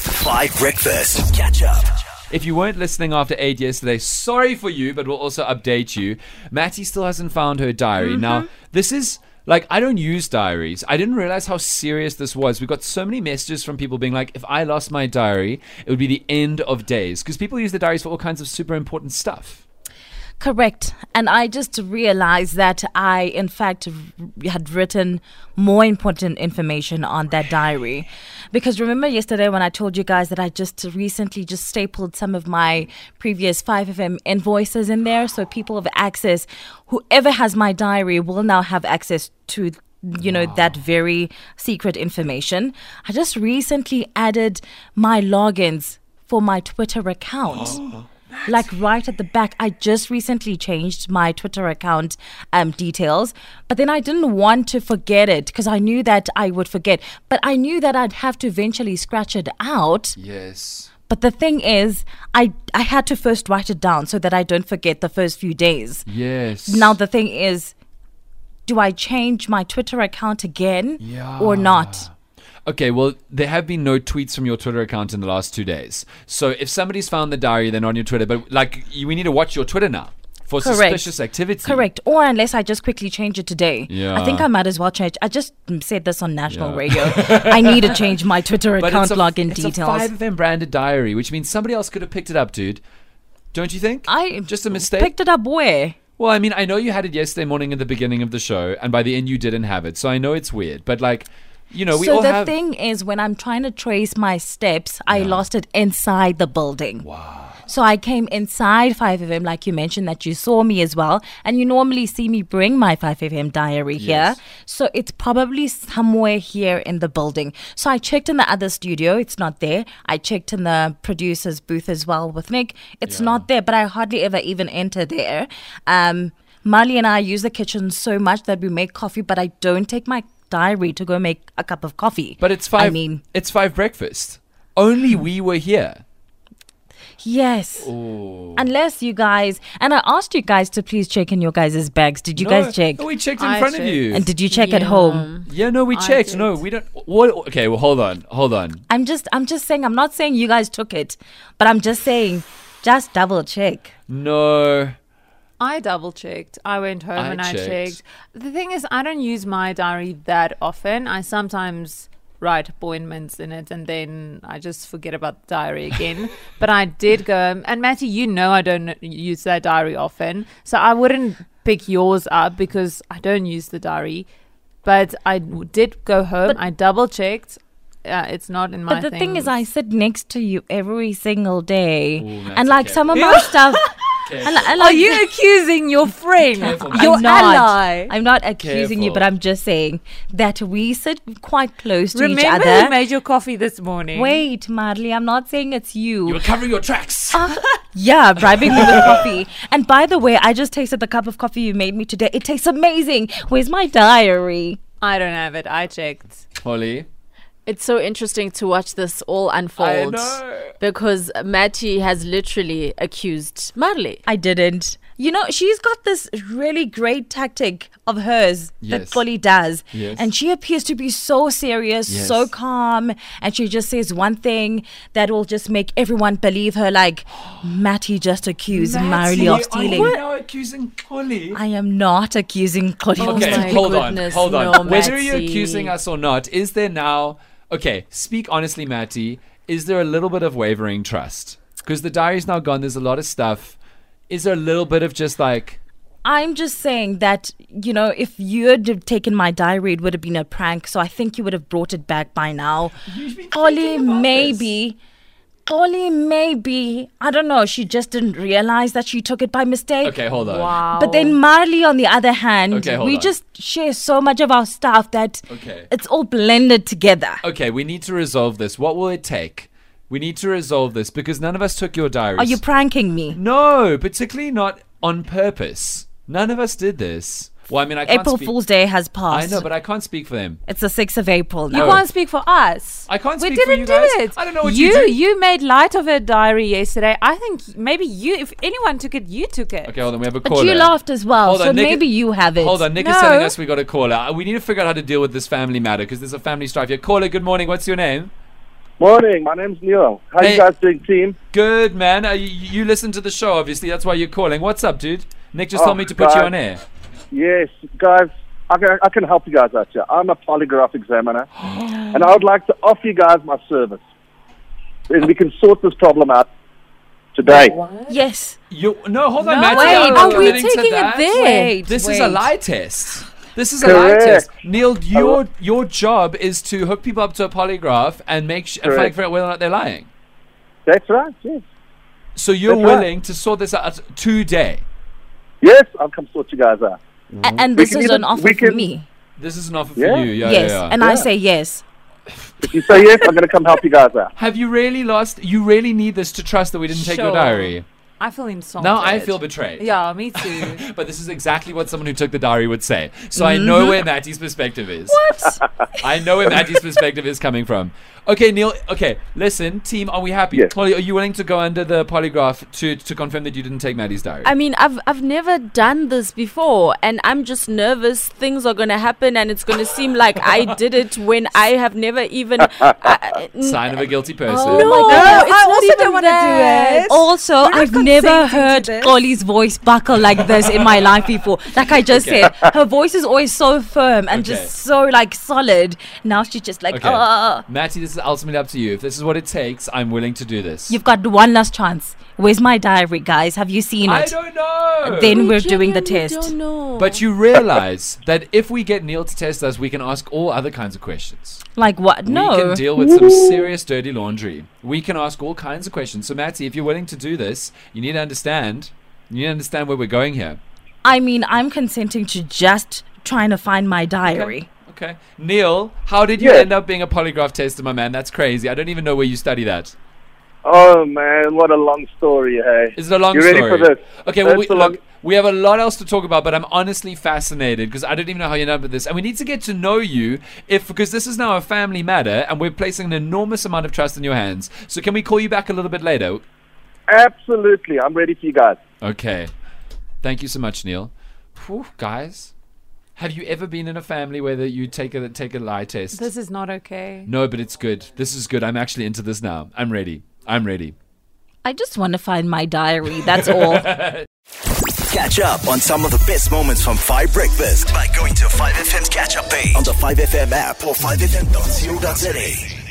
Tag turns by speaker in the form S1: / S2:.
S1: Five Breakfast. Catch up.
S2: If you weren't listening after eight yesterday, sorry for you, but we'll also update you. Matty still hasn't found her diary. Now,
S3: Mm-hmm.
S2: this is like, I don't use diaries. I didn't realize how serious this was. We got so many messages from people being like, if I lost my diary, it would be the end of days. Because people use the diaries for all kinds of super important stuff.
S3: Correct. And I just realized that I, in fact, r- had written more important information on that diary. Because remember yesterday when I told you guys that I just recently just stapled some of my previous 5FM invoices in there. So people have access, whoever has my diary will now have access to you know that very secret information i just recently added my logins for my twitter account like right at the back i just recently changed my twitter account um, details but then i didn't want to forget it because i knew that i would forget but i knew that i'd have to eventually scratch it out
S2: Yes.
S3: but the thing is i i had to first write it down so that i don't forget the first few days
S2: Yes.
S3: now the thing is do i change my twitter account again or not
S2: Okay, well, there have been no tweets from your Twitter account in the last two days. So if somebody's found the diary, they're not on your Twitter. But, like, you, we need to watch your Twitter now for
S3: Correct.
S2: suspicious activity.
S3: Correct. Or unless I just quickly change it today. I think
S2: Yeah.
S3: I might as well change. I just mm, said this on national
S2: Yeah.
S3: radio. I need to change my Twitter account login
S2: it's
S3: details.
S2: A five of them branded diary, which means somebody else could have picked it up, dude. Don't you think?
S3: I
S2: just a mistake.
S3: Picked it up where?
S2: well, I mean, I know you had it yesterday morning at the beginning of the show, and by the end you didn't have it, so I know it's weird. But like, you know, we
S3: so
S2: all
S3: the
S2: have.
S3: thing is, when I'm trying to trace my steps, I lost it inside the building. Wow. So I came inside 5FM, like you mentioned, that you saw me as well. And you normally see me bring my 5FM diary
S2: Yes.
S3: here. So it's probably somewhere here in the building. So I checked in the other studio, it's not there. I checked in the producer's booth as well with Nick, it's not there, but I hardly ever even enter there. Um, Marley and I use the kitchen so much that we make coffee, but I don't take my diary to go make a cup of coffee.
S2: but it's five.
S3: I mean,
S2: it's five breakfast. Only we were here.
S3: yes. Unless you guys, and I asked you guys to please check in your guys' bags. Did you guys check?
S2: We checked in
S4: I
S2: front of
S4: checked.
S2: you.
S3: and did you check at home?
S2: yeah, no, we
S4: I
S2: checked.
S4: did.
S2: No, we don't. What? Okay, well, hold on, hold on.
S3: I'm just I'm just saying I'm not saying you guys took it, but I'm just saying just double check.
S2: No.
S4: I double checked. I went home
S2: I
S4: and I
S2: checked.
S4: checked. The thing is, I don't use my diary that often. I sometimes write appointments in it and then I just forget about the diary again. but I did go home. And Matty, you know I don't n- use that diary often. So I wouldn't pick yours up because I don't use the diary. But I w- did go home. I double checked. Uh, it's not in my
S3: But the thing is I sit next to you every single day.
S2: Ooh, that's
S3: and like some of my stuff and, and
S4: Are
S3: like
S4: you accusing your friend?
S2: Careful, Matty.
S3: your
S4: your ally?
S3: ally. I'm not accusing you, but
S2: Careful.
S3: I'm just saying that we sit quite close to each
S4: Remember who
S3: other.
S4: made your coffee this morning?
S3: Wait, Marley, I'm not saying it's
S2: You were covering your tracks.
S3: Ah. Yeah, bribing me with coffee. And by the way, I just tasted the cup of coffee you made me today. It tastes amazing. Where's my diary?
S4: I don't have it. I checked.
S2: Holly.
S5: It's so interesting to watch this all unfold
S2: know.
S5: because Matty has literally accused Marley.
S3: I didn't. You know, she's got this really great tactic of hers
S2: Yes.
S3: that Polly does.
S2: Yes.
S3: And she appears to be so serious,
S2: Yes.
S3: so calm, and she just says one thing that will just make everyone believe her like Matty just accused Marley of stealing.
S2: Are you now accusing Holly?
S3: I am not accusing Polly of
S2: Okay,
S5: my
S3: stealing.
S2: hold
S5: goodness,
S2: on, hold
S5: no,
S2: on. Whether you're
S5: Matty.
S2: accusing us or not, is there now? Okay, speak honestly, Matty. Is there a little bit of wavering trust? Because the diary's now gone. There's a lot of stuff. Is there a little bit of just like
S3: I'm just saying that, you know, if you had have taken my diary, it would have been a prank. So I think you would have brought it back by now. Ollie, maybe. Ollie, maybe. I don't know. She just didn't realize that she took it by mistake.
S2: okay, hold on.
S4: Wow.
S3: But then Marley, on the other hand,
S2: Okay, hold
S3: we
S2: on.
S3: just share so much of our stuff that
S2: Okay. Oh,
S3: it's all blended together.
S2: Okay, we need to resolve this. What will it take? We need to resolve this because none of us took your diaries.
S3: Are you pranking me?
S2: no, particularly not on purpose. None of us did this. Well, I mean, I can't
S3: April
S2: speak-
S3: Fool's Day has
S2: I
S3: passed.
S2: know, but I can't speak for them.
S3: it's the 6th of April now.
S2: No.
S4: You can't speak for us.
S2: Oh. I can't
S4: we
S2: speak for
S4: didn't
S2: you guys.
S4: do it.
S2: I don't know what you
S4: you
S2: do.
S4: You made light of her diary yesterday. I think maybe you, if anyone took it, you took it.
S2: Okay, hold on. We have a
S3: But
S2: caller.
S3: you laughed as well,
S2: Hold on,
S3: so
S2: Nick-
S3: maybe you have it.
S2: Hold on, Nick is
S4: No.
S2: telling us we got a caller. Uh, We need to figure out how to deal with this family matter because there's a family strife here. Caller, good morning. What's your name?
S6: Morning, my name's Neil. How
S2: Hey.
S6: you guys doing, team?
S2: Good man. Uh, you, you listen to the show, obviously. That's why you're calling. What's up, dude? Nick just
S6: Oh,
S2: told me to put you
S6: God.
S2: on air.
S6: Yes, guys, I can, I can help you guys out here. I'm a polygraph examiner, and I would like to offer you guys my service. And we can sort this problem out today.
S3: Yes.
S2: You no, hold on,
S3: No, Oh,
S2: Matty.
S3: wait,
S2: I'm
S3: are
S2: not
S5: we
S2: committing to
S5: taking it
S2: that.
S5: there?
S3: Wait,
S2: This is a
S3: wait.
S2: lie test. This is
S6: Correct.
S2: a lie test. Neil, your your job is to hook people up to a polygraph and make sh- and
S6: Correct.
S2: figure out whether or not they're lying.
S6: That's right, yes.
S2: So you're
S6: That's right.
S2: willing to sort this out today.
S6: Yes, I'll come sort you guys out.
S3: A- and this
S6: can
S3: is
S6: even-
S3: an offer
S6: we
S3: for
S6: can-
S3: me.
S2: This is an offer
S6: Yeah.
S2: for you. Yeah,
S3: yes.
S2: Oh, yeah, yeah.
S3: And I
S6: Yeah.
S3: say yes.
S6: If you say yes, I'm going to come help you guys out.
S2: Have you really lost? You really need this to trust that we didn't take your
S4: Sure.
S2: diary.
S4: I feel insulted.
S2: Now I feel betrayed.
S4: Yeah, me too.
S2: But this is exactly what someone who took the diary would say. So I know where Matty's perspective is.
S3: Mm-hmm. What?
S2: I know where Maggie's perspective is coming from. Okay, Neil. Okay, listen, team. Are we happy?
S6: Yes.
S2: Chloe, are you willing to go under the polygraph to to confirm that you didn't take Maddie's diary?
S5: I mean, I've I've never done this before, and I'm just nervous. Things are gonna happen, and it's gonna seem like I did it when I have never even. I,
S2: Sign of a
S3: Oh
S2: guilty person.
S5: no,
S7: God.
S5: it's
S7: I
S5: not
S7: also
S5: even
S7: don't wanna do
S5: that.
S7: it.
S3: Also,
S7: We're not
S3: I've never
S7: consenting to
S3: heard
S7: this.
S3: Golly's voice buckle like this in my life before. Like I just said, her voice is always so firm and
S2: Okay.
S3: just so like solid. Now she's just like,
S2: Okay.
S3: "Ah."
S2: Matty, this is ultimately up to you. If this is what it takes, I'm willing to do this.
S3: you've got one last chance. Where's my diary, guys? Have you seen
S2: I
S3: it?
S2: don't know.
S3: Then we're doing the test.
S5: Don't know.
S2: but you realize that if we get Neil to test us, we can ask all other kinds of questions.
S3: Like what?
S2: We can
S3: No.
S2: deal with some serious dirty laundry. We can ask all kinds of questions. So, Matty, if you're willing to do this, you need to understand. You need to understand where we're going here.
S3: I mean, I'm consenting to just trying to find my diary.
S2: Okay. Neil, how did you
S6: Yeah.
S2: end up being a polygraph tester, my man? That's crazy. I don't even know where you study that.
S6: Oh, man, what a long story, hey.
S2: Is it a long
S6: You
S2: story?
S6: ready for this?
S2: Okay, well, we,
S6: That's a long-
S2: look, we have a lot else to talk about, but I'm honestly fascinated because I don't even know how you end up with this. And we need to get to know you if because this is now a family matter and we're placing an enormous amount of trust in your hands. So can we call you back a little bit later?
S6: Absolutely, I'm ready for you guys.
S2: Okay. Thank you so much, Neil. Whew, guys, have you ever been in a family where that you take a take a lie test?
S4: this is not okay.
S2: No, but it's good. This is good. I'm actually into this now. I'm ready. I'm ready.
S3: I just want to find my diary. That's all.
S1: Catch up on some of the best moments from 5 Breakfast by going to 5FM's catch up page on the 5FM app or 5FM.co.za.